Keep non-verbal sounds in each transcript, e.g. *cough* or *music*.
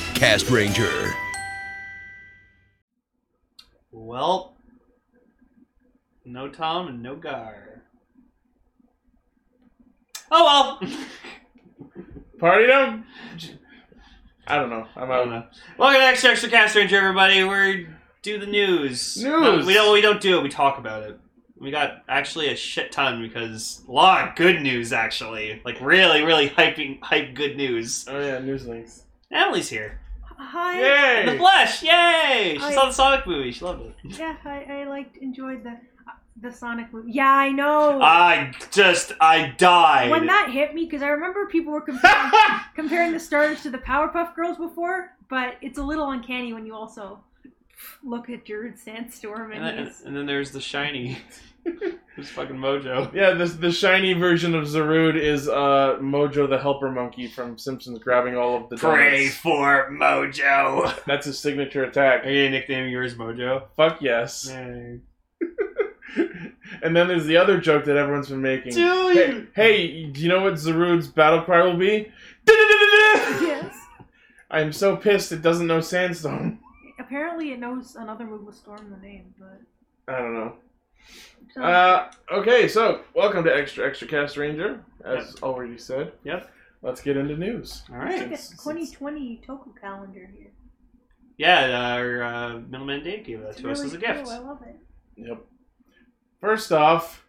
Podcast Ranger. Well, no Tom and no Gar. Oh well. *laughs* Party up. I don't know. I'm I out. don't know. Welcome back to Extra Cast Ranger, everybody. We do the news. News. No, we don't. We don't do it. We talk about it. We got actually a shit ton because a lot of good news actually. Like really, really hyping hype good news. Oh yeah, news links. Emily's here. Hi. In the Yay! flesh, yay! She I- saw the Sonic movie. She loved it. Yeah, I, I liked enjoyed the uh, the Sonic movie. Yeah, I know. I just I died. when that hit me, because I remember people *laughs* were comparing, comparing the starters to the Powerpuff Girls before, but it's a little uncanny when you also look at Jared Sandstorm and, and then, he's and then there's the *laughs* shiny. There's fucking Mojo. Yeah, this the shiny version of Zarud is uh Mojo the Helper Monkey from Simpsons grabbing all of the donuts. for Mojo. That's his signature Are attack. you gonna nickname yours Mojo? Fuck yes. Yay. and then there's the other joke that everyone's been making. Hey, hey, do you know what Zarud's battle cry will be? yes. I am so pissed it doesn't know Sandstorm. Apparently, it knows another move with Storm the name, but I don't know. so, Uh, okay, so welcome to Extra Extra Cast Ranger, as already said. Yep. Let's get into news. All it's right. like a it's- 2020 Toku calendar here. Yeah, our uh, middleman Dave gave that It's to us as a really gift. cool, I love it. Yep. First off,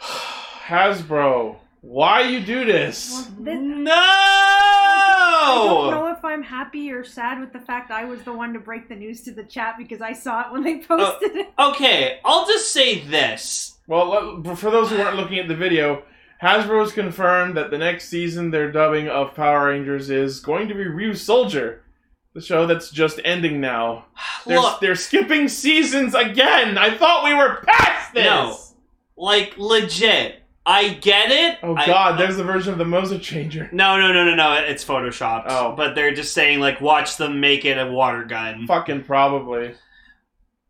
*sighs* Hasbro, why you do this? Well, this, I Oh. don't No! know if I'm happy or sad with the fact I was the one to break the news to the chat because I saw it when Uh. they *laughs* posted it. Okay, I'll just say this. *sighs* Well, let- for those who aren't looking at the video, Hasbro's confirmed that the next season their dubbing of Power Rangers is going to be Ryu Soldier, the show that's just ending now. They're, Look, they're skipping seasons again. I thought we were past this. No. like legit. I get it. Oh I- God, there's the version of the Mosa Changer. No, no, no, no, no. It's photoshopped. Oh. But they're just saying like, watch them make it a water gun. Fucking probably.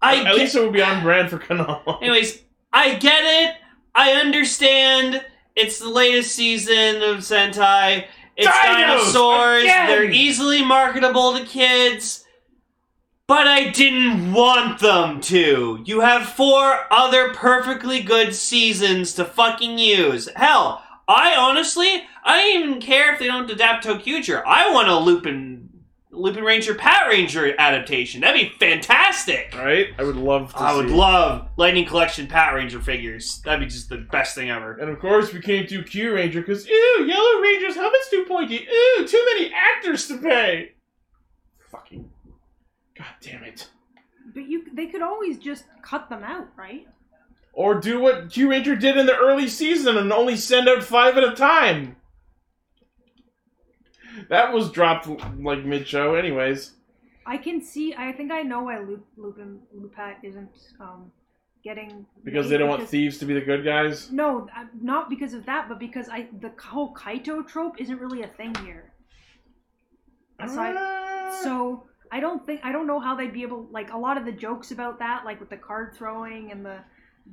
I At get- least it would be on brand for *laughs* Kanala. Anyways, I get it. I understand. It's the latest season of Sentai. It's Dinos! dinosaurs. Again! They're easily marketable to kids. But I didn't want them to. You have four other perfectly good seasons to fucking use. Hell, I honestly, I don't even care if they don't adapt Tokuger. I want a Lupin, Lupin Ranger, Pat Ranger adaptation. That'd be fantastic. Right? I would love to I would see. love Lightning Collection Pat Ranger figures. That'd be just the best thing ever. And of course, we can't do Q Ranger because, ew, Yellow Ranger's hub is too pointy. Ew, too many actors to pay. Fucking. God damn it. But you, they could always just cut them out, right? Or do what Q Ranger did in the early season and only send out five at a time. That was dropped like mid show, anyways. I can see. I think I know why Lup, Lupin Lupat isn't um, getting Because made, they don't want because- thieves to be the good guys. No, uh, not because of that, but because I the whole Kaito trope isn't really a thing here. Aside, Ah, So I don't think I don't know how they'd be able like a lot of the jokes about that, like with the card throwing and the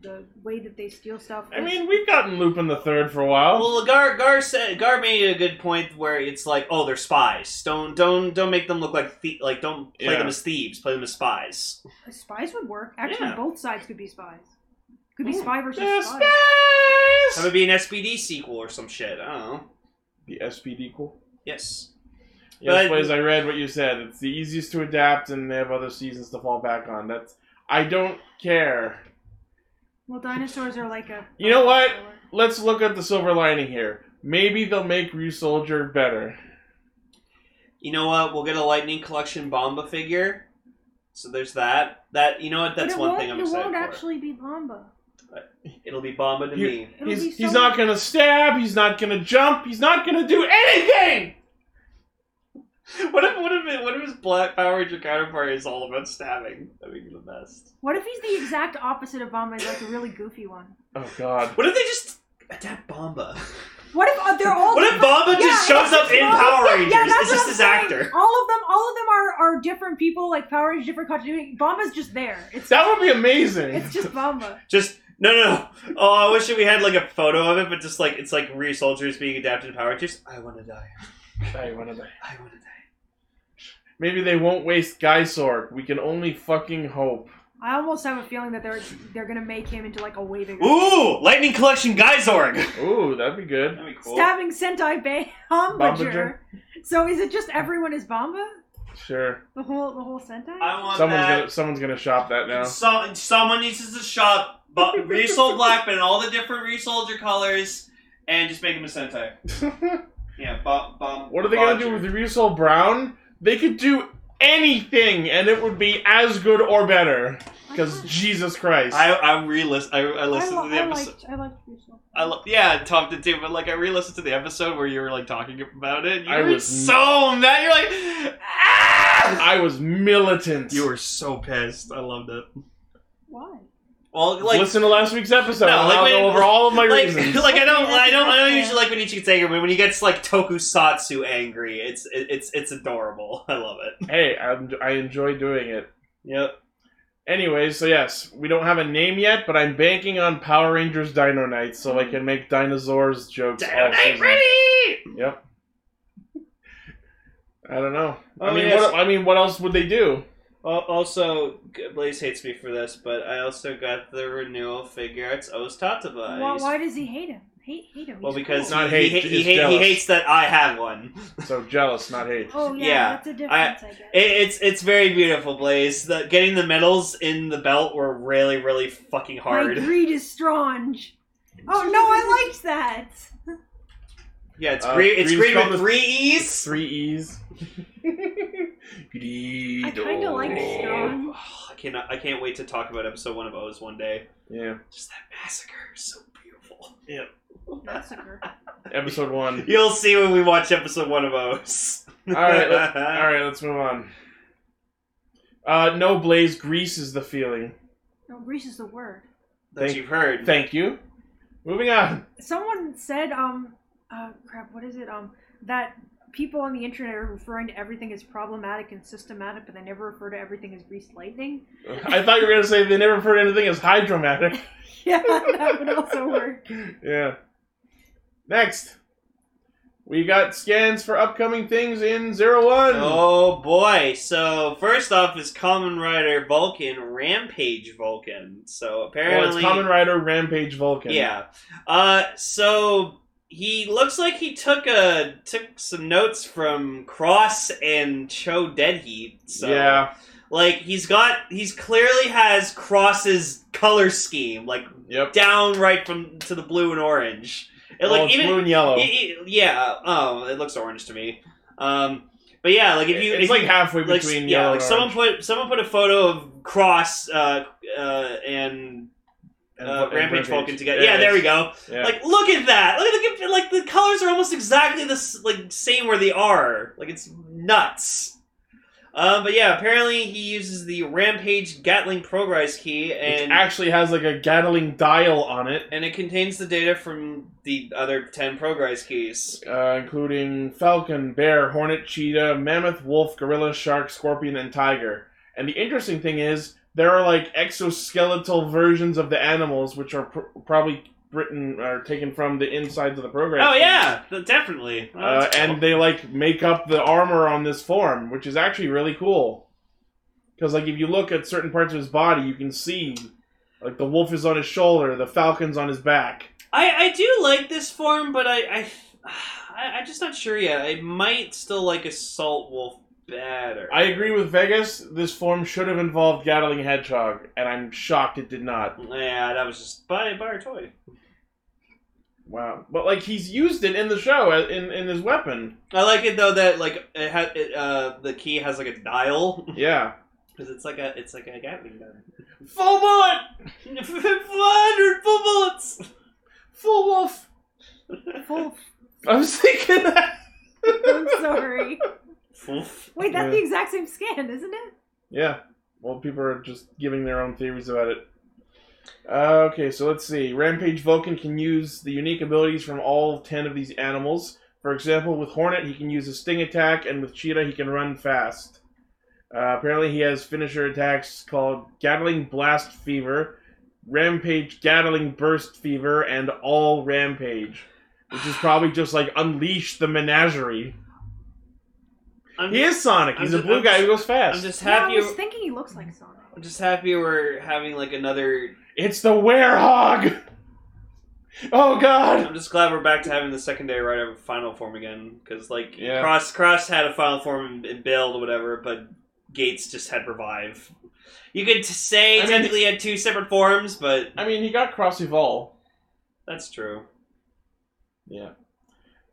the way that they steal stuff. I is- mean, we've gotten Lupin the Third for a while. Well, Gar Gar said Gar made a good point where it's like, oh, they're spies. Don't don't don't make them look like thie- like don't play Yeah. them as thieves. Play them as spies. spies would work. Actually, Yeah. both sides could be spies. Could be Ooh. spy versus the spy. Have it space. be an SPD sequel or some shit. I don't know. The SPD cool. Yes. Yes, But- please. I read what you said. It's the easiest to adapt, and they have other seasons to fall back on. That's I don't care. Well, dinosaurs are like a. You know what? Let's look at the silver lining here. Maybe they'll make Ryu Soldier better. You know what? We'll get a Lightning Collection Bomba figure. So there's that. That you know what? But That's it one won't- thing I'm It excited won't for. actually be Bomba. It'll be Bomba to You- me. It'll he's be so he's not gonna stab. He's not gonna jump. He's not gonna do anything. *laughs* What if what if it, what if his Black Power Ranger counterpart is all about stabbing? That'd be the best. What if he's the exact opposite of Bomba? He's like a really goofy one. Oh God. What if they just adapt Bomba? What if uh, they're all? What if Bomba just Yeah, shows up in well, Power yeah, Rangers? it's that's what just I'm his saying. actor. All of them, all of them are are different people. Like Power Rangers, different continuity. Bomba's just there. It's That would be amazing. it's just Bomba. Just no, no, no. Oh, I wish that we had like a photo of it, but just like it's like Ryu soldiers being adapted to Power Rangers. I want to die. I wanna die. I want to die. Maybe they won't waste Guy Sorg. We can only fucking hope. I almost have a feeling that they're they're gonna make him into like a way bigger. Ooh, Lightning Collection Geysorg. Ooh, that'd be good. That'd be cool. Stabbing Sentai Bay Bombager. Bombager. So is it just everyone is Bomba? Sure. The whole the whole Sentai? I want Someone's that. gonna someone's gonna shop that now. So, someone needs to shop but Resold Blackman in all the different Resoldier colors and just make him a Sentai. *laughs* Yeah, bomb. bomb what are they gonna do with Riesel Brown? They could do anything, and it would be as good or better. Because Jesus Christ. I I re-list I, I I, listened lo- to the I episode. liked I liked Russo. I lo- yeah, I talked it too, but like I re-listened to the episode where you were like talking about it. You I were was- so mad. You're like, ah! I was militant. You were so pissed. I loved it. Why? Well, like Listen to last week's episode. No, and like I'll when- go over all of my like, *laughs* reasons. like I don't, I don't, I don't *laughs* Okay. usually like when he gets angry, but when he gets like tokusatsu angry, it's it, it's it's adorable. *laughs* I love it. hey, I'm, I enjoy doing it. Yep. Anyways, so yes, we don't have a name yet, but I'm banking on Power Rangers Dino Knights so Hmm. I can make dinosaurs jokes. all Dynamite season. ready. Yep. I don't know. Oh, I mean, yes. what, I mean, what else would they do? Al- Also, Blaze hates me for this, but I also got the renewal figure. It's Ostataba. why, He's- why does he hate him? Hate hate him. Well, He's because cool. Not he, hate, he, he, it's hate- he jealous. hates that I have one. So jealous, not *laughs* hate. Oh yeah, yeah, that's a difference, I, guess. It, it's it's very beautiful, Blaze. The, getting the medals in the belt were really really fucking hard. My greed is strong. Oh no, I liked that. Yeah, it's Uh, green. It's green's green spelled with with- three e's. Three E's. Greedo. I kinda like strong. Oh, I cannot. I can't wait to talk about episode one of O's one day. Yeah, Just that massacre is so beautiful. *laughs* Massacre. episode one. You'll see when we watch episode one of O's. All right, *laughs* let- All right, let's move on. Uh, no, Blaze. Grease is the feeling. No, grease is the word. that you've heard. Thank you. *laughs* Moving on. Someone said, um, uh, crap, what is it? Um, that people on the internet are referring to everything as problematic and systematic, but they never refer to everything as greased lightning. I thought you were gonna say they never heard anything as hydromatic. *laughs* Yeah, that would also work. Yeah. Next, we got scans for upcoming things in zero one. Oh boy! So first off is Common Rider Vulcan Rampage Vulcan. So Well, it's apparently, Common Rider Rampage Vulcan. yeah. Uh, so he looks like he took a took some notes from Cross and Cho Deadheat. So Yeah. like he's got he's clearly has Cross's color scheme like Yep. down right from to the blue and orange. And, like Well, Oh, it's even blue and yellow. y- y- yeah, oh, it looks orange to me. Um, but yeah, like if you it's if like you- halfway like, between yeah, yellow like and someone orange. put someone put a photo of Cross uh, uh, and, And- uh, and Rampage Vulcan together. There Yeah, it there we is. go. Yeah. Like, look at that. Look at the like the colors are almost exactly the s- like same where they are. Like it's nuts. Um, but yeah, apparently he uses the Rampage Gatling Progress Key Which and actually has like a Gatling dial on it, and it contains the data from the other ten Progress Keys. uh, including Falcon, Bear, Hornet, Cheetah, Mammoth, Wolf, Gorilla, Shark, Scorpion, and Tiger. And the interesting thing is, there are like exoskeletal versions of the animals, which are pr- probably written or taken from the insides of the program. Oh yeah, th- definitely. Oh, Uh, that's and cool. they like make up the armor on this form, which is actually really cool. Because like if you look at certain parts of his body, you can see like the wolf is on his shoulder, the falcon's on his back. I I do like this form, but I I *sighs* I- I'm just not sure yet. I might still like Assault Wolf better. I agree with Vegas. This form should have involved Gatling Hedgehog, and I'm shocked it did not. Yeah, that was just buy buy our toy. Wow, but like he's used it in the show uh, in in his weapon. I like it though that like it had it, uh the key has like a dial *laughs* Yeah, because it's like a it's like a Gatling gun. full bullet, *laughs* Hundred full bullets. full wolf. Full. I was thinking that. I'm sorry. Foof. Wait, that's Yeah. the exact same scan, isn't it? Yeah. Well, people are just giving their own theories about it. Uh, okay, so let's see. Rampage Vulcan can use the unique abilities from all 10 of these animals. For example, with Hornet, he can use a sting attack, and with Cheetah, he can run fast. Uh, apparently, he has finisher attacks called Gatling Blast Fever, Rampage Gatling Burst Fever, and All Rampage, which is probably just like unleash the menagerie. I'm He just, is Sonic. I'm He's just- a blue I'm guy just- who goes fast. I'm just Yeah, I happy. was thinking he looks like Sonic. I'm just happy we're having like another. It's the werehog. Oh God. I'm just glad we're back to having the secondary rider final form again because like Yeah. Cross Cross had a final form in, in build or whatever, but Gates just had revive. You could t- say I mean- technically he had two separate forms, but I mean, he got Cross Evolve. that's true. Yeah.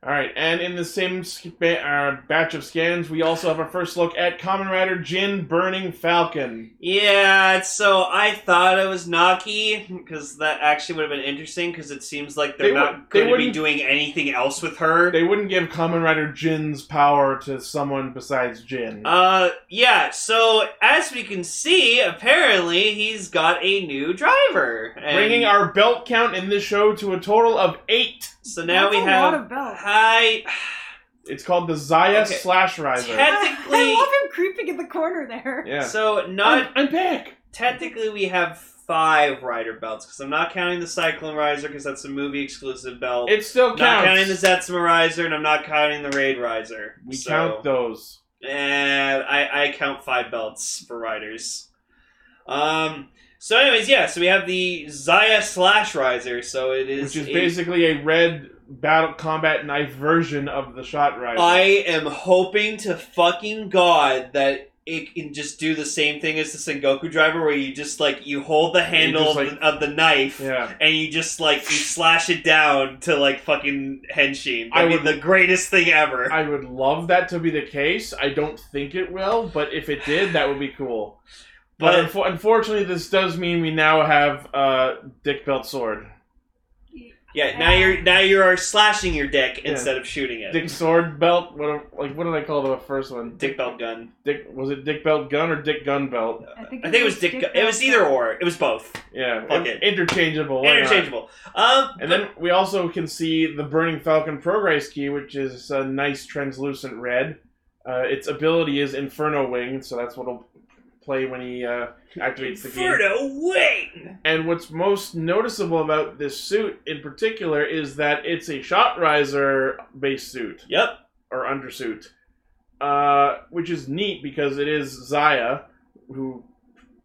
All right, and in the same sc- ba- uh, batch of scans, we also have our first look at Common Rider Jin Burning Falcon. Yeah, so I thought it was Naki because that actually would have been interesting because it seems like they're They not would- they going to be wouldn't- doing anything else with her. They wouldn't give Common Rider Jin's power to someone besides Jin. Uh, yeah. So as we can see, apparently he's got a new driver. And Bringing our belt count in this show to a total of eight. so now That's we a have lot of belts. high. It's called the Zaya Okay. Slash Riser. Ten- *laughs* I Technically- love him creeping in the corner there. yeah. So not I'm, I'm back. technically we have five rider belts because I'm not counting the Cyclone Riser because that's a movie exclusive belt. It still not counts. counting the Zetsuma Riser and I'm not counting the Raid Riser. we So- count those. And I, I count five belts for riders. Um. So, anyways, yeah. So we have the Zaya Slash Riser. So it is Which is a- basically a red battle combat knife version of the shot riser. I am hoping to fucking god that it can just do the same thing as the Sengoku driver, where you just like you hold the handle just, of, the, of the knife yeah. and you just like you slash it down to like fucking Henshin. I I mean, would- the greatest thing ever. I would love that to be the case. I don't think it will, but if it did, that would be cool. But But- unfo- unfortunately, this does mean we now have uh, Dick Belt Sword. yeah, now you're now you are slashing your dick instead of shooting it. Dick Sword Belt? What, like, what did I call the first one? Dick belt gun. Dick was it Dick Belt Gun or Dick Gun Belt? I think it was dick. gun. It was either or. It was both. Yeah, Fuck it. interchangeable. why not? Interchangeable. Um, And then we also can see the Burning Falcon Progress Key, which is a nice translucent red. Uh, its ability is Inferno Wing, so that's what'll play when he uh, activates the game. Inferno Wing. And what's most noticeable about this suit in particular is that it's a shot riser based suit Yep. or undersuit, uh, which is neat because it is Zaya who.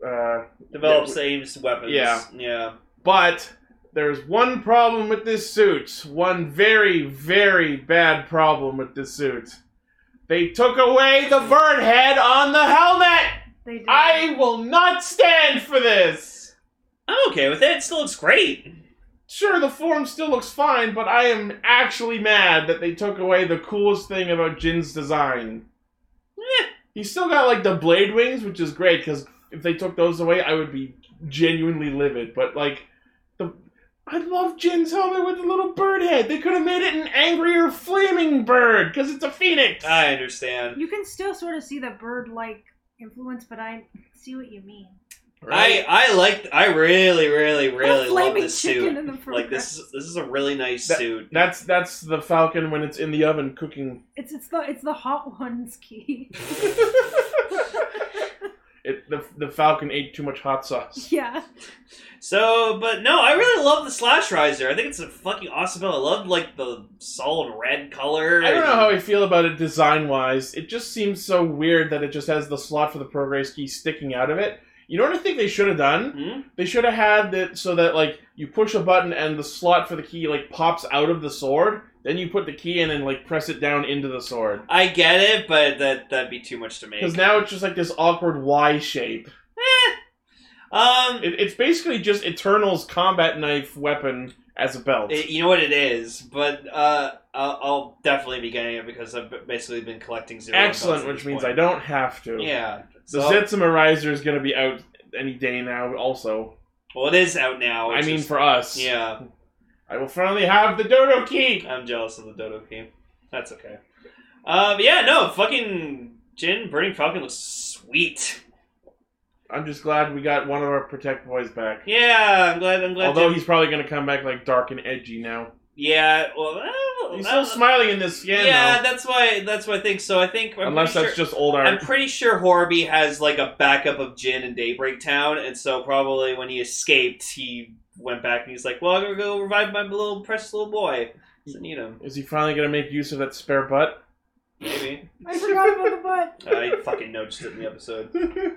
Uh, Develops aims weapons. Yeah. Yeah. but there's one problem with this suit. One very, very bad problem with this suit. They took away the bird head on the helmet. They did. I will not stand for this. I'm okay with it. It still looks great. Sure, the form still looks fine, but I am actually mad that they took away the coolest thing about Jin's design. Eh. He's still got like the blade wings, which is great because if they took those away, I would be genuinely livid. But like, the I love Jin's helmet with the little bird head. They could have made it an angrier flaming bird because it's a phoenix. I understand. You can still sort of see the bird-like influence, but I see what you mean. Right? I I like. I really, really, Put a really love flaming this chicken suit. in the front Like this. row. This is a really nice That- suit. that's that's the falcon when it's in the oven cooking. It's it's the it's the hot ones *laughs* key. It, the, the falcon ate too much hot sauce. yeah. So, but no, I really love the slash riser. I think it's a fucking awesome build. I love like the solid red color. I don't and- know how I feel about it design wise. It just seems so weird that it just has the slot for the progress key sticking out of it. You know what I think they should have done? Hmm? They should have had it so that like you push a button and the slot for the key like pops out of the sword. Then you put the key in and like press it down into the sword. I get it, but that that'd be too much to make. Because now it's just like this awkward Y shape. um, It, it's basically just Eternal's combat knife weapon as a belt. it- you know what it is, but uh, I'll, I'll definitely be getting it because I've basically been collecting zero. Excellent, which means I don't have to. Yeah. The So- Zetsuma Riser is gonna be out any day now. Also, Well, it is out now. I it's mean just- for us. yeah, I will finally have the dodo key. I'm jealous of the Dodo key. That's okay. Um, yeah, no, fucking Jin Burning Falcon looks sweet. I'm just glad we got one of our protect boys back. Yeah, I'm glad. I'm glad. Although Jin- he's probably gonna come back like dark and edgy now. yeah, well, uh, He's uh, still smiling in this yeah, scan though. that's why. That's why I think so. I think I'm Unless pretty that's sure, just old I'm art. pretty sure Horby has like a backup of Jin in Daybreak Town, and so probably when he escaped, he went back and he's like, "Well, I'm gonna go revive my little precious little boy. I need him." Is he finally gonna make use of that spare butt? Maybe. I forgot about the butt. I fucking noticed it in the episode. *laughs*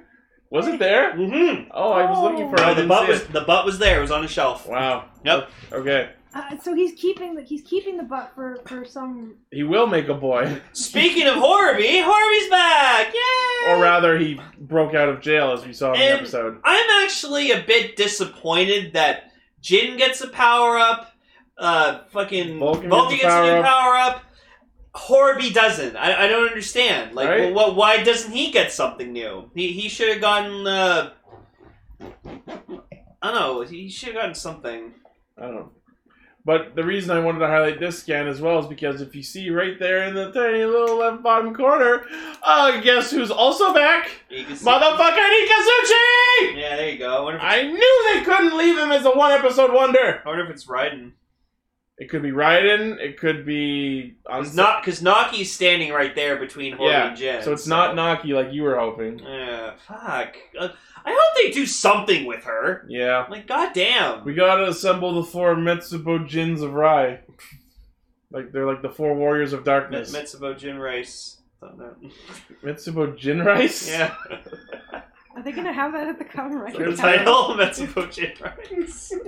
was it there? Mm-hmm. Oh, I was looking for it. I No, the didn't butt see was it. the butt was there. It was on a shelf. Wow. Yep. Okay. Uh, so he's keeping the he's keeping the butt for for some. He will make a boy. Speaking of Horby, Horby's back! Yay! Or rather, he broke out of jail as we saw in the And- episode. I'm actually a bit disappointed that Jin gets a power up, uh, fucking Vulcan Vulcan, gets a gets, a new power-up. power up, Horby doesn't. I, I don't understand. Like, Right? wh- wh- why doesn't he get something new? He, he should have gotten, uh, I don't know, he should have gotten something. I don't know. But the reason I wanted to highlight this scan as well is because if you see right there in the tiny little left bottom corner, uh, guess who's also back? You can see- Motherfucker Nikazuchi! Yeah, there you go. I wonder if it's, I knew they couldn't leave him as a one episode wonder! I wonder if it's Raiden. It could be Raiden, it could be. It's not, because Naki's standing right there between Horby Yeah, and Jin. So it's not Naki like you were hoping. Yeah, fuck. Uh, I hope they do something with her. Yeah. Like, goddamn. We gotta assemble the four Metsubo Jins of Rai. Like, they're like the four warriors of Me- darkness. Metsubo Jin Rice. Don't know. Metsubo Jin Rice? *laughs* Yeah, Are they gonna have that at the cover right the now? title *laughs* Metsubo Jin Rice. *laughs*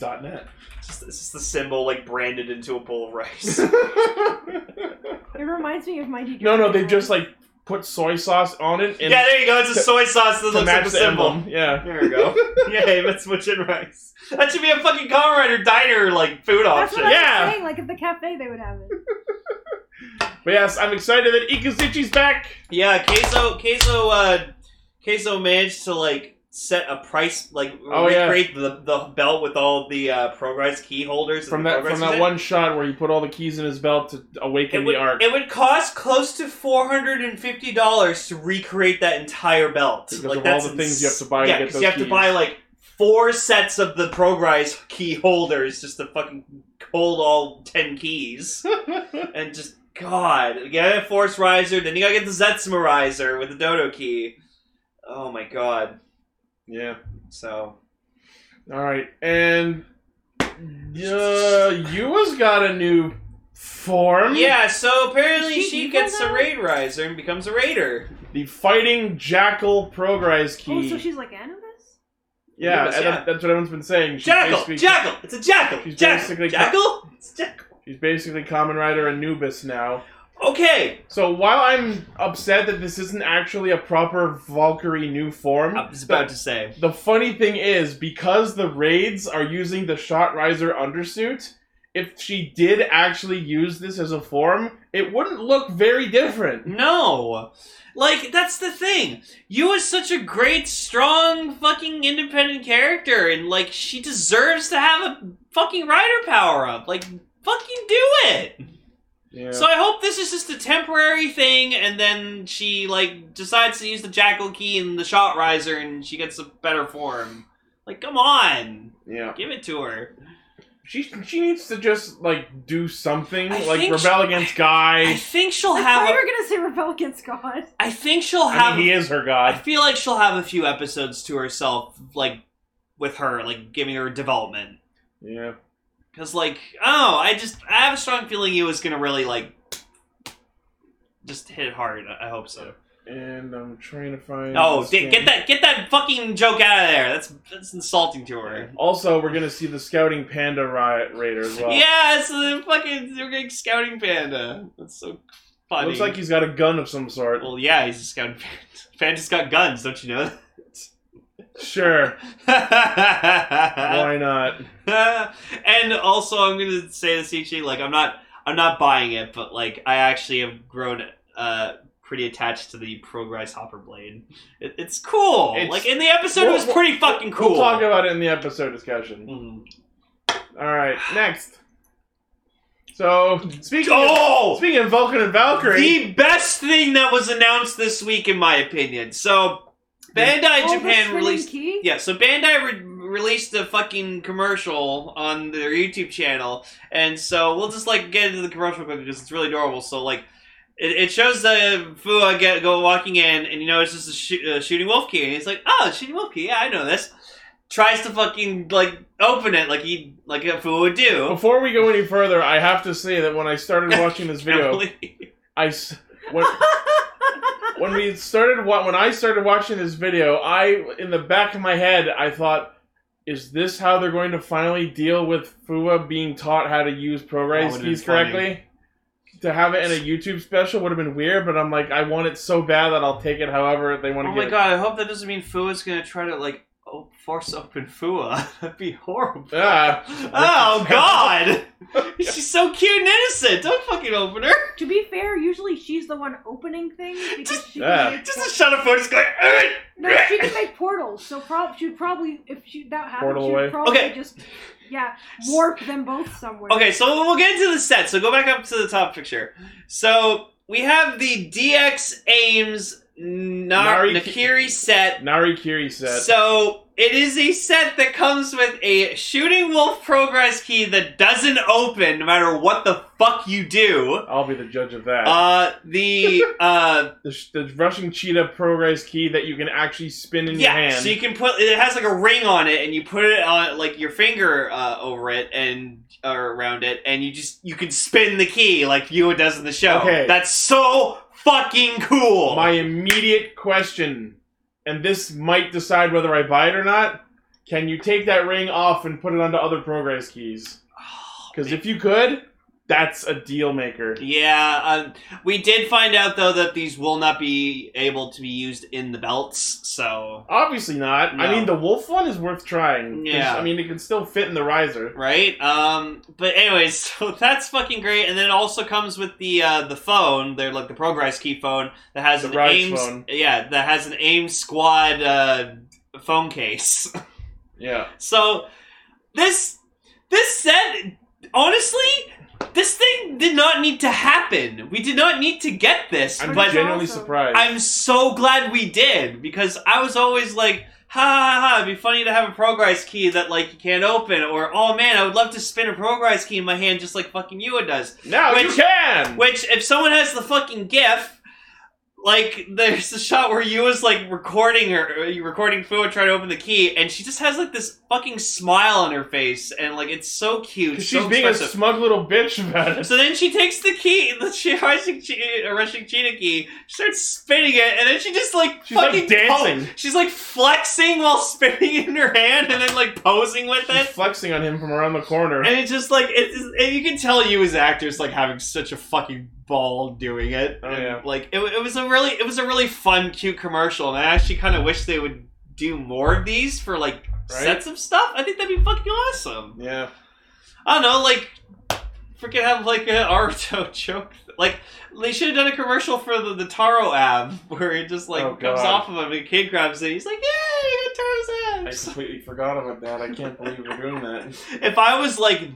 Dot net. just, it's just the symbol like branded into a bowl of rice. *laughs* It reminds me of Mighty. no, no, Dragon. they just like put soy sauce on it and yeah, there you go. It's a soy sauce that to looks match like the a symbol. emblem. Yeah. There we go. Yay, Metsubo Jin Rice. That should be a fucking Kamen Rider diner like food That's option. what I Yeah. was saying. Like at the cafe, they would have it. But yes, I'm excited that Ikazuchi's back. Yeah, Keizo, Keizo, uh, Keizo managed to like set a price, like Oh, yeah. recreate the the belt with all the uh, Progrise key holders and From the that Progrise from that users. one shot where he put all the keys in his belt to It awaken would, the arc. it would cost close to four hundred and fifty dollars to recreate that entire belt. Because like of all that's the things ins- you have to buy to Yeah, get 'cause those you have keys. to buy like four sets of the Progrise key holders just to fucking hold all ten *laughs* keys. and just God, you gotta force riser, then you gotta get the Zetsuma riser with the Dodo key. Oh my God! yeah. So Alright. And uh, Yua's got a new form. yeah, so apparently Is she, she evil gets now? a raid riser and becomes a raider. The fighting jackal progrise key. Oh, so she's like Anubis. yeah, Yes, and yeah. that- that's what Evan's been saying. She's Jackal, basically- jackal, it's a jackal, She's jackal, basically- jackal, it's jackal. She's basically Common Rider Anubis now. Okay, So while I'm upset that this isn't actually a proper Valkyrie new form, I was about to say. the funny thing is because the raids are using the Shot Riser undersuit, if she did actually use this as a form, it wouldn't look very different. No. Like, that's the thing. You is such a great, strong, fucking independent character, and, like, she deserves to have a fucking rider power up. Like, fucking do it! Yeah. So I hope this is just a temporary thing, and then she, like, decides to use the jackal key and the shot riser, and she gets a better form. Like, come on! yeah. Give it to her. She she needs to just like do something, I like think rebel she- against I Guy. think she'll I thought have. you A, were gonna say rebel against God. I think she'll I, have. mean, he is her I god. feel like she'll have a few episodes to herself, like with her, like giving her development. Yeah. Cause like, oh, I just I have a strong feeling it was gonna really like just hit hard. I I hope so. And I'm trying to find. Oh, the di- scan. get that get that fucking joke out of there. That's that's insulting to her. Also, we're gonna see the Scouting Panda Riot Raider as well. Yeah, it's the fucking they're getting scouting panda. That's so funny. Looks like he's got a gun of some sort. well, yeah, he's a scouting *laughs* panda. Panda's got guns, don't you know? Sure, that? why not? *laughs* and also, I'm gonna say this actually, like I'm not, I'm not buying it, but like I actually have grown uh pretty attached to the Progrise Hopper Blade. It, it's cool. It's- like in the episode, We'll- it was pretty fucking cool. We'll talk about it in the episode discussion. Mhm. All right, next. So speaking of, Oh, speaking of Vulcan and Valkyrie, the best thing that was announced this week, in my opinion. So, Bandai oh, the Japan spinning released key. Yeah, so Bandai re- released a fucking commercial on their YouTube channel, and so we'll just like get into the commercial quick because it's really adorable. So like, it, it shows the Fua get go walking in, and you know it's just a, shoo- a shooting wolf key, and he's like, "Oh, shooting wolf key, yeah, I know this." tries to fucking like open it like he like a fool would do. *laughs* Before we go any further, I have to say that when I started watching this Can't video, believe- I s- *laughs* when, when we started wa- when I started watching this video, I in the back of my head I thought, is this how they're going to finally deal with Fua being taught how to use That ProRise would've keys been funny. correctly? To have it in a YouTube special would have been weird, but I'm like, I want it so bad that I'll take it however they want to Oh get my god! I hope that doesn't mean Fua's gonna try to like o- force open Fua. *laughs* That'd be horrible. it. Ah, *laughs* Oh god! She's so cute and innocent. Don't fucking open *laughs* her. To be fair, usually she's the one opening things *laughs* because she Yeah. can make, Just a shot of Fua just going. "Ugh." no, she *laughs* can make portals. So prob- she'd probably if she that happened, Portal she'd away. probably Okay. just yeah warp them both somewhere. Okay, so we'll get into the set. So go back up to the top picture. So we have the DX Ames Nar- Nari- Nakiri set. Nari Kiri said. So it is a set that comes with a shooting wolf progress key that doesn't open no matter what the fuck you do. I'll be the judge of that. Uh, the uh, the, sh- the Russian cheetah progress key that you can actually spin in your yeah. hand. So you can put it has like a ring on it, and you put it on like your finger uh, over it and or around it, and you just you can spin the key like Yua does in the show. Okay. that's so fucking cool. My immediate question, and this might decide whether I buy it or not, can you take that ring off and put it onto other progress *sighs* keys? Because if you could, that's a deal maker. Yeah, um, we did find out though that these will not be able to be used in the belts. So Obviously not. I No. mean, the wolf one is worth trying. 'cause, Yeah. I mean, it can still fit in the riser. right, um, but anyways, *laughs* so that's fucking great. And then it also comes with the uh, the phone. They're like the Progress Key phone that has The an Rise AIM. phone. Yeah, that has an AIM Squad uh, phone case. *laughs* Yeah. So this this set honestly this thing did not need to happen. We did not need to get this, I'm but genuinely Awesome. surprised. I'm so glad we did because I was always like ha ha ha it'd be funny to have a progress key that like you can't open or oh man I would love to spin a progress key in my hand just like fucking Yua does. now you Which- can! Which if someone has the fucking gif like there's a shot where Yua's like recording her uh, recording Fua trying to open the key and she just has like this fucking smile on her face and like it's so cute. 'Cause so she's being expressive. a smug little bitch about it. So then she takes the key, *laughs* the she rushing Chi- uh, rushing China key, starts spinning it, and then she just like She's, like, fucking dancing. po- she's like flexing while *laughs* spinning it in her hand, and then like posing with She's it. flexing on him from around the corner. And it's just like it's, it's- and you can tell you as actors like having such a fucking ball doing it. Oh, And, yeah. Like it, wa- it was a really it was a really fun cute commercial, and I actually kind of wish they would do more of these for like Right? sets of stuff. I think that'd be fucking awesome. Yeah. I don't know, like freaking have like a Naruto *laughs* joke. Like they should have done a commercial for the, the Taro ab *laughs* where it just like Oh, comes God. off of him and kid grabs it. He's like, "Yay, I got I Taro's abs!" completely forgot about that. I can't believe we're doing that. *laughs* If I was like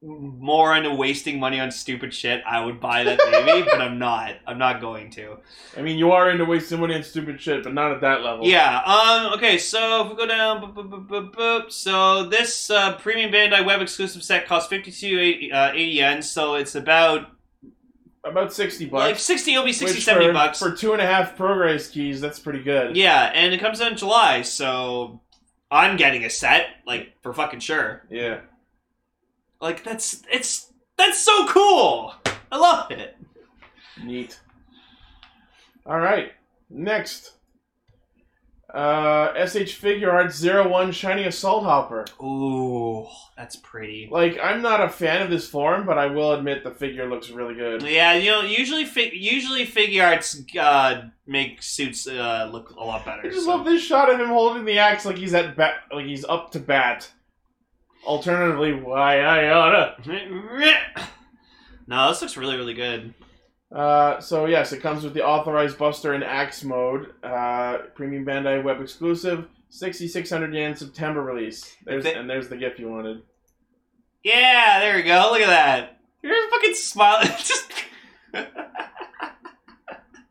more into wasting money on stupid shit, I would buy that maybe, but I'm not. I'm not going to. I mean, you are into wasting money on stupid shit, but not at that level. Yeah. Um. Okay. So if we go down, boop, boop, boop, boop, boop. so this uh, premium Bandai web exclusive set costs fifty two eighty uh, 80 yen, so it's about About 60 bucks. like sixty. It'll be 60, which 70 for, bucks. For two and a half progress keys, that's pretty good. Yeah, and it comes out in July, so I'm getting a set, like for fucking sure. Yeah. Like that's it's that's so cool. I love it. Neat. All right. Next. Uh, SH Figure Art 01 Shiny Assault Hopper. Ooh, that's pretty. Like, I'm not a fan of this form, but I will admit the figure looks really good. Yeah, you know, usually fi- usually figure arts uh, make suits uh, look a lot better. I just so- love this shot of him holding the axe like he's at bat, like he's up to bat. Alternatively, why I oughta. *laughs* No, this looks really really good. Uh, so yes, it comes with the authorized Buster and Axe mode, uh, premium Bandai web exclusive, sixty six hundred yen September release. There's They- and there's the gift you wanted. Yeah, there we go. Look at that. You're fucking smiling. *laughs* Just.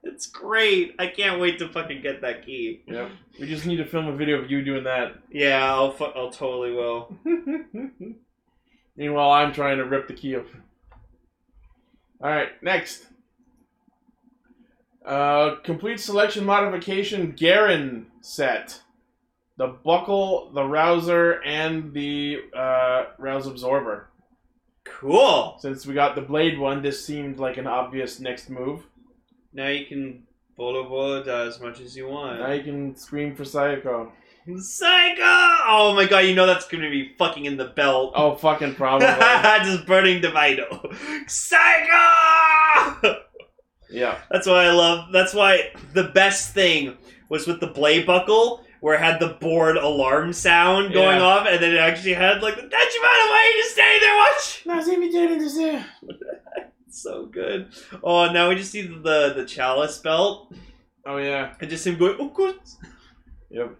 it's great. I can't wait to fucking get that key. Yep. We just need to film a video of you doing that. Yeah, I'll, fu- I'll totally *laughs* will. Meanwhile, I'm trying to rip the key open. All right, next. Uh, complete selection modification Garen set. the buckle, the rouser, and the uh, rouse absorber. Cool. Since we got the blade one, this seemed like an obvious next move. Now you can bolo bolo da as much as you Now want. you can scream for Sayako. Psycho! Oh my god, you know that's gonna be fucking in the belt. *laughs* Oh, fucking probably. Just burning the vital. Psycho! yeah. That's why I love. That's why the best thing was with the blade buckle, where it had the board alarm sound going Yeah. off, and then it actually had like the Dutchman away to stay there. Watch, it's so good. Oh, now we just see the the chalice belt Oh yeah. and just him going. Oh, good. Yep.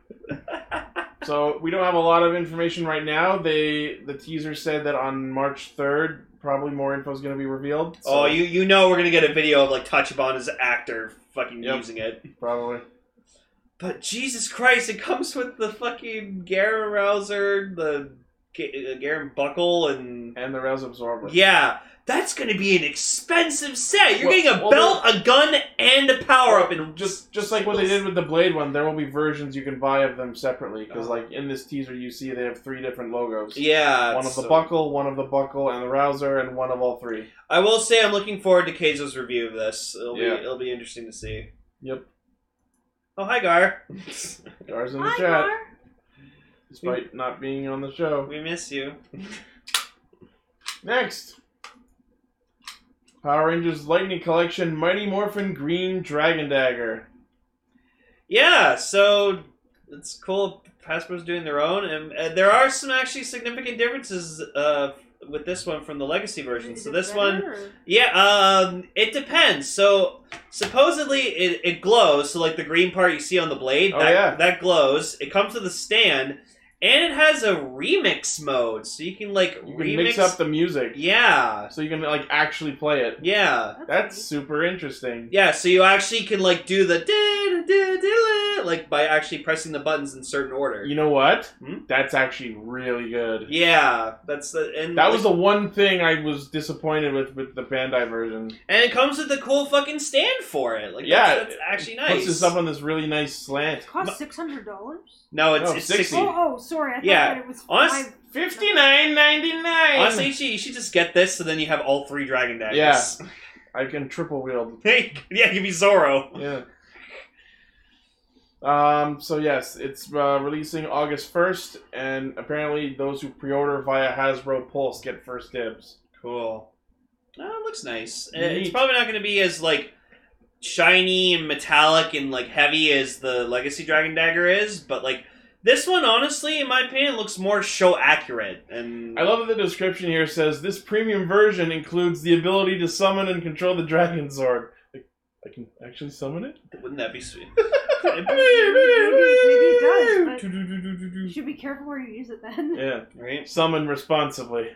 so we don't have a lot of information right now. They the teaser said that on March third, probably more info is going to be revealed. so- Oh, you you know we're gonna get a video of like Tachibana as an actor fucking Yep. using it. probably. But Jesus Christ, it comes with the fucking Garen Rouser, the Ga- uh, Garen buckle, and And the rouse absorber. Yeah, that's going to be an expensive set. You're Well- getting a well, belt, a gun, and a power up in Just just like what they did with the blade one, there will be versions you can buy of them separately. Because Oh. like in this teaser, you see they have three different logos. yeah. One of the so- buckle, one of the buckle and the rouser, and one of all three. I will say I'm looking forward to Keizo's review of this. It'll Yeah. be it'll be interesting to see. Yep. Oh hi *laughs* Gar, Gar's in the Hi, chat, Mar. despite not being on the show. we miss you. Next, Power Rangers Lightning Collection Mighty Morphin Green Dragon Dagger. Yeah, so it's cool. Hasbro's doing their own, and, and there are some actually significant differences uh, with this one from the legacy version. Is So it this one better? Yeah, um, it depends. So supposedly it, it glows. So like the green part you see on the blade, Oh, that, yeah. that glows. It comes with a stand, and it has a remix mode, so you can like You can remix. mix up the music, yeah, so you can like actually play it. yeah, That's neat. super interesting. yeah. So you actually can like do the da- da- da- da- like by actually pressing the buttons in certain order. You know what? Hmm? That's actually really good. yeah, that's the and That was like- the one thing I was disappointed with with the Bandai version. and it comes with a cool fucking stand for it. Like Yeah, that's, that's actually Puts this nice. up on this really nice slant. It cost six hundred dollars. No, it's No, it's 60. sixty. Oh, oh, sorry. I thought Yeah. that it was Honest- five. Fifty nine ninety nine. Honestly, you should, you should just get this, so then you have all three dragon daggers. *laughs* Yeah. I can triple wield. Hey, yeah, give me Zoro. Yeah. Um. So yes, it's uh, releasing August first, and apparently those who pre-order via Hasbro Pulse get first dibs. Cool. Oh, it looks nice. Uh, It's Neat. probably not going to be as like shiny and metallic and like heavy as the Legacy Dragon Dagger is, but like this one, honestly, in my opinion, looks more show accurate. And I love that the description here says this premium version includes the ability to summon and control the Dragon Zord. Like, I can actually summon it. wouldn't that be *laughs* sweet? it does, You does. should be careful where you use it *laughs* then. Yeah. *laughs* right? Summon responsibly.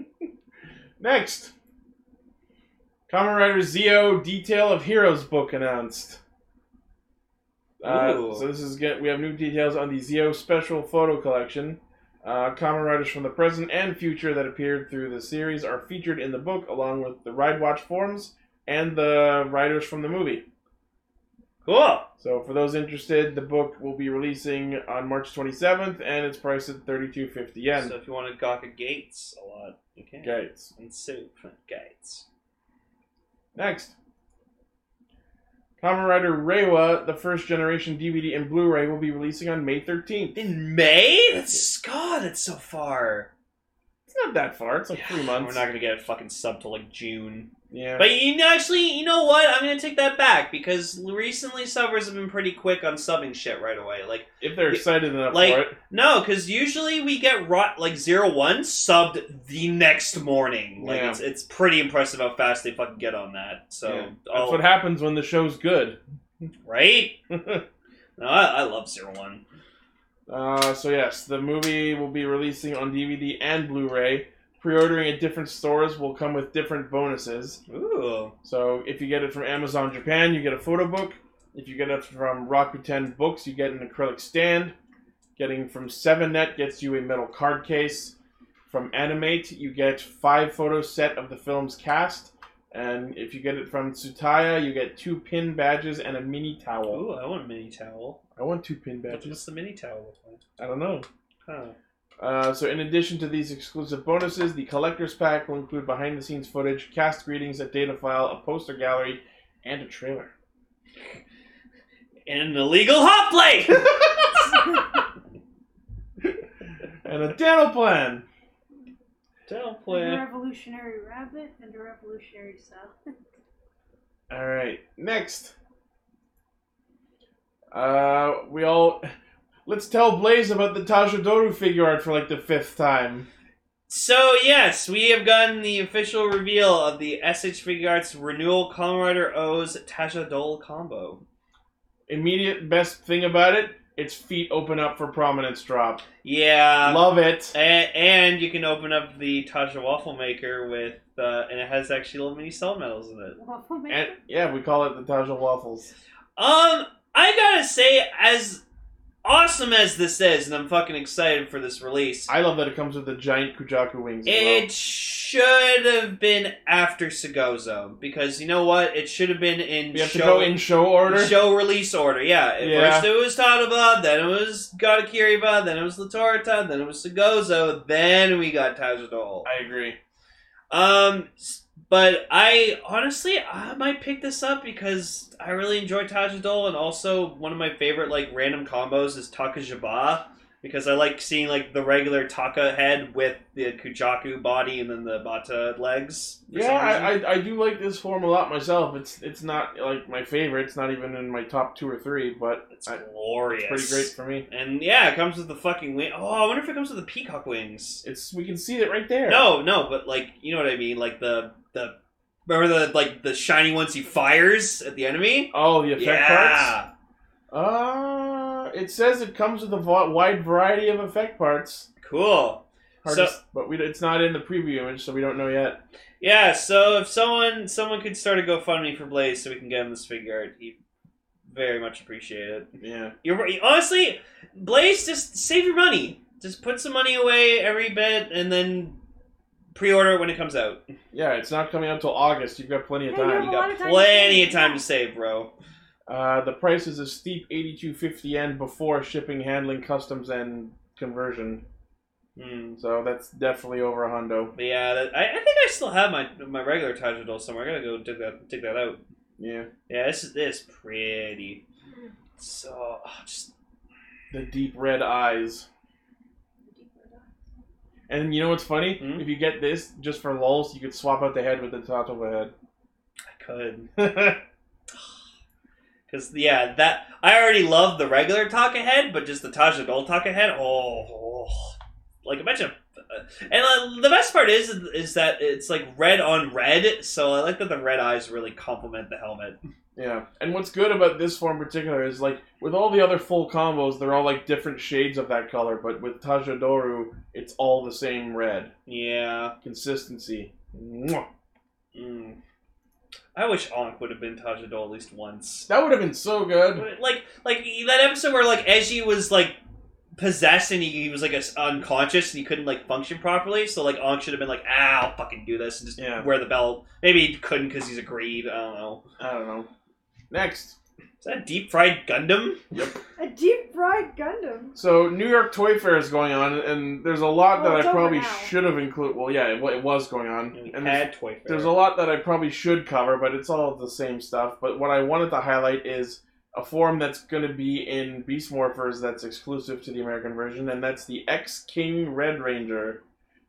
*laughs* Next. Kamen Rider Zeo Detail of Heroes book announced. Uh, Ooh. so this is get, we have new details on the Zeo special photo collection. Uh, Kamen Riders from the present and future that appeared through the series are featured in the book, along with the Ride Watch forms and the riders from the movie. Cool. So for those interested, the book will be releasing on March 27th, and it's priced at 32.50 yen. So if you want to gawk at Gates a lot, you can. Gates. And soup, Gates. Next. Kamen Rider Reiwa, the first generation DVD and Blu-ray, will be releasing on May 13th. In May? That's God, that's so far. It's not that far. It's like three months. We're not gonna get a fucking sub till like June. Yeah. But you know, actually, you know what? I'm gonna take that back because recently subbers have been pretty quick on subbing shit right away. Like, if they're excited enough Like- for it. no, because usually we get rot like zero one subbed the next morning. Like, Yeah. it's it's pretty impressive how fast they fucking get on that. So Yeah. That's all what right. happens when the show's good. *laughs* no, I, I love zero one. Uh, so yes, the movie will be releasing on DVD and Blu-ray. Pre-ordering at different stores will come with different bonuses. Ooh, So if you get it from Amazon Japan, you get a photo book. If you get it from Rakuten Books, you get an acrylic stand. Getting from 7net gets you a metal card case. From Animate, you get five photo set of the film's cast. And if you get it from Tsutaya, you get two pin badges and a mini towel. Ooh, I want a mini towel. I want two pin What badges. does the mini towel look like? I don't know. Huh. Uh, so, in addition to these exclusive bonuses, the collector's pack will include behind the scenes footage, cast greetings, a data file, a poster gallery, and a trailer. And an illegal hot plate! And a dental plan! Towel And a plan. revolutionary rabbit and a revolutionary *laughs* salad. Alright, next. Uh, we all. Let's tell Blaze about the Tajadoru figure art for like the fifth time. So yes, we have gotten the official reveal of the SH Figure Arts Renewal Colorado O's Tasha Dole combo. Immediate best thing about it, its feet open up for prominence drop. Yeah, Love it. a- and, you can open up the Tasha Waffle Maker with, uh, and it has actually little mini cell metals in it. Waffle And maker. yeah, we call it the Taja Waffles. Um, I gotta say, as awesome as this is, and I'm fucking excited for this release. I love that it comes with the giant Kujaku wings. as well. It should have been after Segozo because you know what? It should have been in We have show to go in show order. Show release order, yeah. At Yeah. First it was Tadaba, then it was Gadakiriba, then it was Latorta, then it was Segozo, then we got Tajadol. I agree. Um, s- but I honestly I might pick this up because I really enjoy Tajadol, and also one of my favorite like random combos is Takajaba because I like seeing like the regular Taka head with the Kujaku body and then the Bata legs. for Yeah, some reason. I, I I do like this form a lot myself. It's it's not like my favorite. It's not even in my top two or three, but it's I- glorious. it's pretty great for me. And yeah, it comes with the fucking wing. Oh, I wonder if it comes with the peacock wings. It's we can see it right there. No, no, but like you know what I mean, like the the remember the like the shiny ones he fires at the enemy. Oh, the effect Yeah, parts. Uh it says it comes with a vo- wide variety of effect parts. cool. Hard So- to s- but we it's not in the preview image, so we don't know yet. Yeah, so if someone someone could start a GoFundMe for Blaze so we can get him this figure, art, he'd very much appreciate it. Yeah, You're right- honestly, Blaze, just save your money. Just put some money away every bit, and then pre-order it when it comes out. yeah. It's not coming out till August. You've got plenty of Hey, you time. have You a lot got of time to plenty save, of time yeah. to save, bro. Uh, the price is a steep eighty-two fifty yen before shipping, handling, customs, and conversion. Hmm. So that's definitely over a hundo. But yeah, that, I, I think I still have my my regular Taj Adult somewhere. I gotta go dig that dig that out. Yeah, Yeah, this is this is pretty. So oh, just the deep red eyes. And you know what's funny? Hmm? If you get this just for lulz, you could swap out the head with the top of a I could *laughs* head. because yeah that I already love the regular Taka head, but just the Taj Adult Taka head. Oh, oh. like imagine. uh, And uh, the best part is is that it's like red on red, so I like that the red eyes really complement the helmet. yeah. And what's good about this form in particular is like with all the other full combos, they're all like different shades of that color, but with Tajadoru, it's all the same red. Yeah. Consistency. Mwah. Mm. I wish Ankh would have been Tajadol at least once. That would have been so good. Like, like that episode where like Eji was like possessed and he, he was like as- unconscious and he couldn't like function properly. So like Ankh should have been like, ah, I'll fucking do this and just Yeah. wear the belt. Maybe he couldn't because he's agreed. I don't know. I don't know. Next. Is that deep fried Gundam? A deep fried Gundam. So New York Toy Fair is going on, and there's a lot Well, that it's I over probably now. should have included. Well, yeah, it, wa- it was going on, We and there's, had Toy Fair. there's a lot that I probably should cover, but it's all the same stuff. But what I wanted to highlight is a form that's going to be in Beast Morphers that's exclusive to the American version, and that's the X King Red Ranger,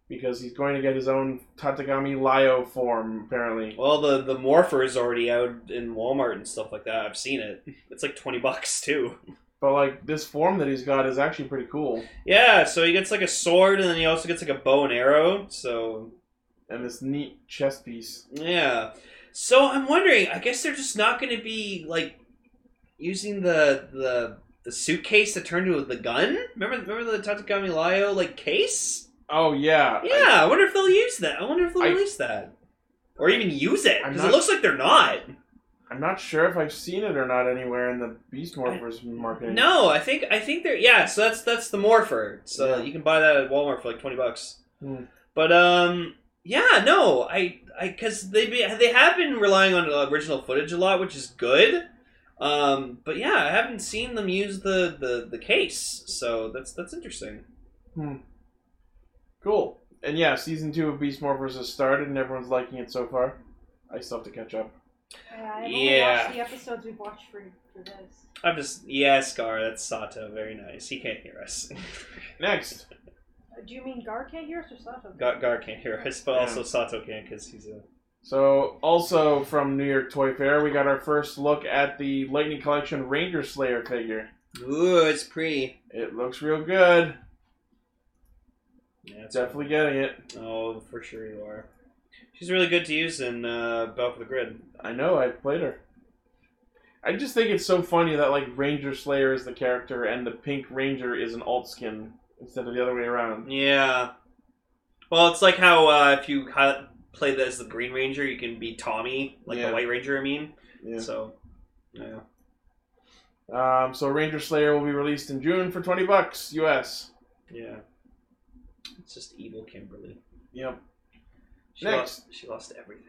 because he's going to get his own Tatagami Lyo form apparently. Well, the the morpher is already out in Walmart and stuff like that. I've seen it. It's like twenty bucks too. But like this form that he's got is actually pretty cool, Yeah, so he gets like a sword and then he also gets like a bow and arrow. So and this neat chest piece. Yeah. So I'm wondering, I guess they're just not going to be like using the the the suitcase to turn to the gun? Remember remember the Tatakami Layo like case? Oh yeah, I- Yeah, I, wonder if they'll use that. I wonder if they'll I- release that. Or even use it I'm because it not- looks like they're not. I'm not sure if I've seen it or not anywhere in the Beast Morphers marketing. No, I think I think they're yeah. So that's that's the morpher. So Yeah. you can buy that at Walmart for like twenty bucks. Hmm. But um, Yeah, no, I, I, because they be, they have been relying on uh, original footage a lot, which is good. Um, but yeah, I haven't seen them use the the the case, so that's that's interesting. Cool. And yeah, season two of Beast Morphers has started, and everyone's liking it so far. I still have to catch up. Yeah, I've Yeah. only watched the episodes we've watched for, for this. I'm just yeah, Scar, that's Sato, very nice. He can't hear us. *laughs* Next, Uh, Do you mean Gar can't hear us or Sato? Gar, *laughs* Gar can't hear us, but Yeah. also Sato can because he's a so also from New York Toy Fair, we got our first look at the Lightning Collection Ranger Slayer figure. ooh, it's pretty. It looks real good. Yeah, it's Definitely getting it. Oh, for sure you are. She's really good to use in uh, Battle for the Grid. I know, I've played her. I just think it's so funny that like Ranger Slayer is the character and the Pink Ranger is an alt skin instead of the other way around. Yeah. Well, it's like how uh, if you hi- play that as the Green Ranger, you can be Tommy, like Yeah. the White Ranger. I mean, Yeah. so yeah. Um, so Ranger Slayer will be released in June for twenty bucks US. Yeah. It's just evil Kimberly. Yep. She Next. lost. She lost everything.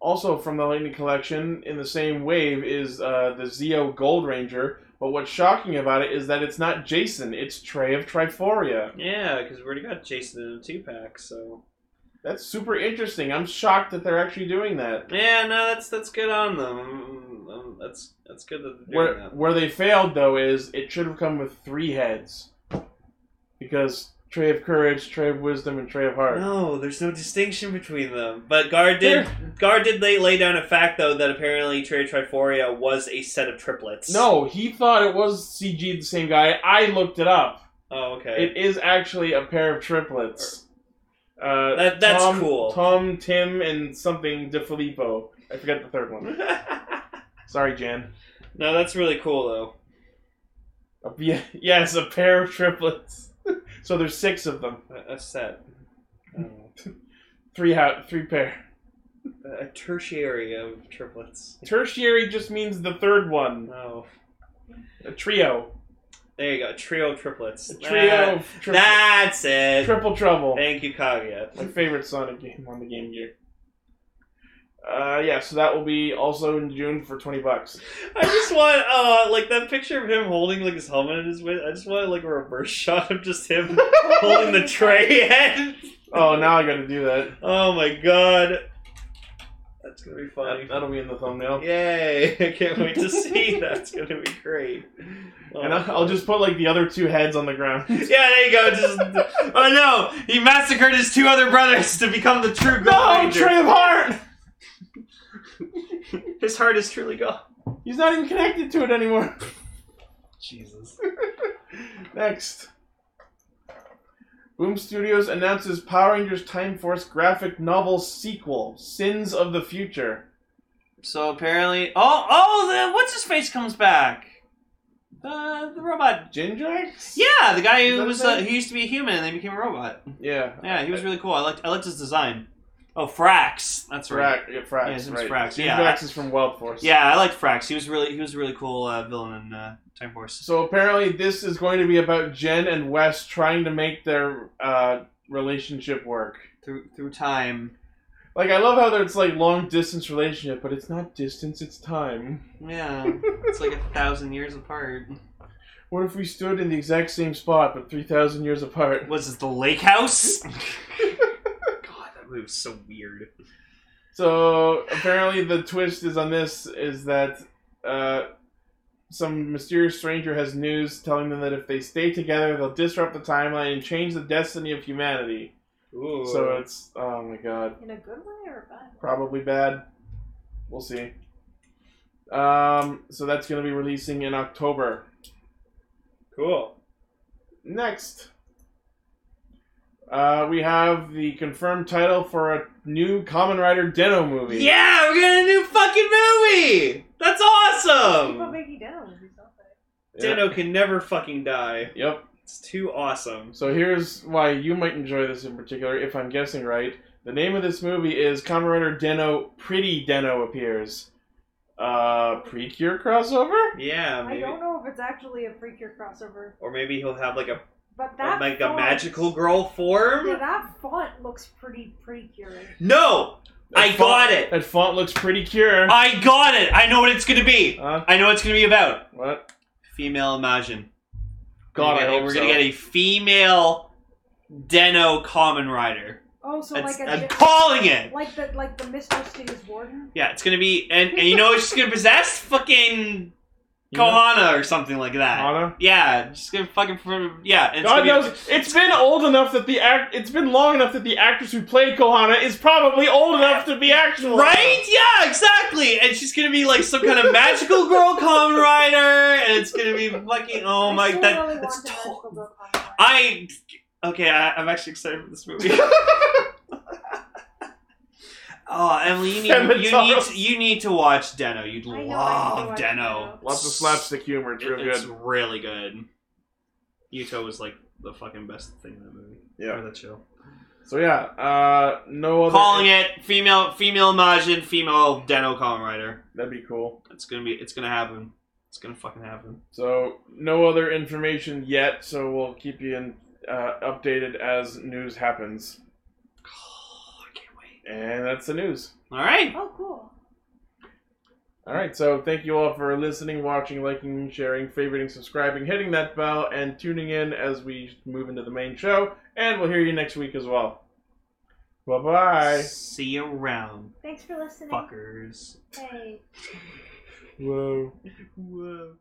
Also from the Lightning Collection, in the same wave is uh, the Zeo Gold Ranger. But what's shocking about it is that it's not Jason; it's Trey of Triforia. Yeah, because we already got Jason in a two pack. So That's super interesting. I'm shocked that they're actually doing that. yeah, no, that's that's good on them. Um, um, that's that's good that they're doing Where that. where they failed though is it should have come with three heads, because tray of courage, tray of wisdom, and tray of heart. No, there's no distinction between them. But Gar did Gar did lay, lay down a fact though that apparently Trey Triforia was a set of triplets. No, he thought it was CG the same guy. I looked it up. Oh, okay. It is actually a pair of triplets. Uh, That- that's Tom- cool. Tom, Tim, and something DeFilippo. I forgot the third one. Sorry, Jan. *laughs* no, that's really cool though. A- yeah, *laughs* yes, a pair of triplets. *laughs* so there's six of them. A, a set. I don't know. Three ha- three pair. A- A tertiary of triplets. Tertiary just means the third one. No. A trio. There you go. Trio of triplets. A trio. That- of triple, that's it. triple trouble. Thank you, Kaguya. My favorite Sonic game on the Game Gear. Uh, yeah, so that will be also in June for twenty bucks. I just want, uh, like that picture of him holding like his helmet in his way. I just want like a reverse shot of just him *laughs* *laughs* holding the *laughs* tray head. Oh, now I got to do that. Oh my god. That's gonna be funny. *laughs* That- That'll be in the thumbnail. Yay! *laughs* I can't wait to see that. It's gonna be great. Oh. And I'll, I'll just put like the other two heads on the ground. *laughs* Yeah, there you go. Just oh no, he massacred his two other brothers to become the true Gold no, Ranger. Trey of Heart. his heart is truly gone. He's not even connected to it anymore. Jesus. *laughs* Next. Boom Studios announces Power Rangers Time Force graphic novel sequel, Sins of the Future. So apparently, oh oh, the what's his face comes back. Uh, The the robot. Jindrax? Yeah, the guy Is who that was his uh, name? he used to be a human and then became a robot. Yeah. Yeah, he was really cool. Oh, I liked I liked his design. Oh, Frax. That's right. Frax. Yeah, Frax. Yeah, his name's right. Frax, Jim yeah. Frax is from Wild Force. Yeah, I liked Frax. He was really he was a really cool uh, villain in uh, Time Force. So apparently, this is going to be about Jen and Wes trying to make their uh, relationship work. Through through time. Like, I love how it's like long distance relationship, but it's not distance; it's time. Yeah, it's like a thousand years apart. What if we stood in the exact same spot but three thousand years apart? Was it the lake house? God, that movie's so weird. So apparently, the twist is on this is that uh, some mysterious stranger has news telling them that if they stay together, they'll disrupt the timeline and change the destiny of humanity. Ooh. So it's oh my god. In a good way or a bad way? probably bad. We'll see. Um, so that's going to be releasing in October. cool. Next, uh, we have the confirmed title for a new Common Rider Deno movie. Yeah, we're getting a new fucking movie. That's Keep on awesome. making down if you saw that. Yeah. Deno can never fucking die. Yep. It's too awesome. So here's why you might enjoy this in particular, if I'm guessing right. The name of this movie is Common Rider Deno. Pretty Deno appears. Uh, pre-cure crossover. Yeah, I maybe. don't know if it's actually a Freak Your crossover. Or maybe he'll have like a But that like a font, magical girl form? Yeah, that font looks pretty pretty curious. No! That I font- got it! That font looks pretty cure. I got it! I know what it's gonna be! Huh? I know what it's gonna be about. What? Female Imagine. God, we're I gonna, hope we're so. gonna get a female Deno Common Rider. Oh, so That's, like a I'm gen- calling it! like the like the Mistress to his warden. Yeah, it's gonna be. And, and you know what she's gonna possess? Fucking You know, Kohana or something like that. Hana? Yeah, just gonna fucking. Yeah, *laughs* and it's God gonna be- knows, it's been old enough that the act, it's been long enough that the actress who played Kohana is probably old enough to be actual. Right? Yeah, exactly. And she's gonna be like some kind of magical girl common rider, and it's gonna be fucking oh I my still that really want that's the to- magical girl comic. I okay. I, I'm actually excited for this *laughs* movie. oh, Emily, you need, you need to, you need to watch Deno. You'd I know, I need to love watch Deno. Deno. Lots of slapstick humor. It's real It's good. really good. Yuto was like the fucking best thing in that movie. Yeah. Or that show. So yeah, uh, no other. Calling it female female Majin, female Deno Kamen Rider. That'd be cool. It's gonna be. It's gonna happen. It's gonna fucking *sighs* happen. So no other information yet. So we'll keep you in, uh, updated as news happens. Oh, I can't wait. And that's the news. All right. Oh, cool. All right, so thank you all for listening, watching, liking, sharing, favoriting, subscribing, hitting that bell, and tuning in as we move into the main show. And we'll hear you next week as well. Bye bye. See you around, Thanks for listening. fuckers. Hey. Whoa. Whoa.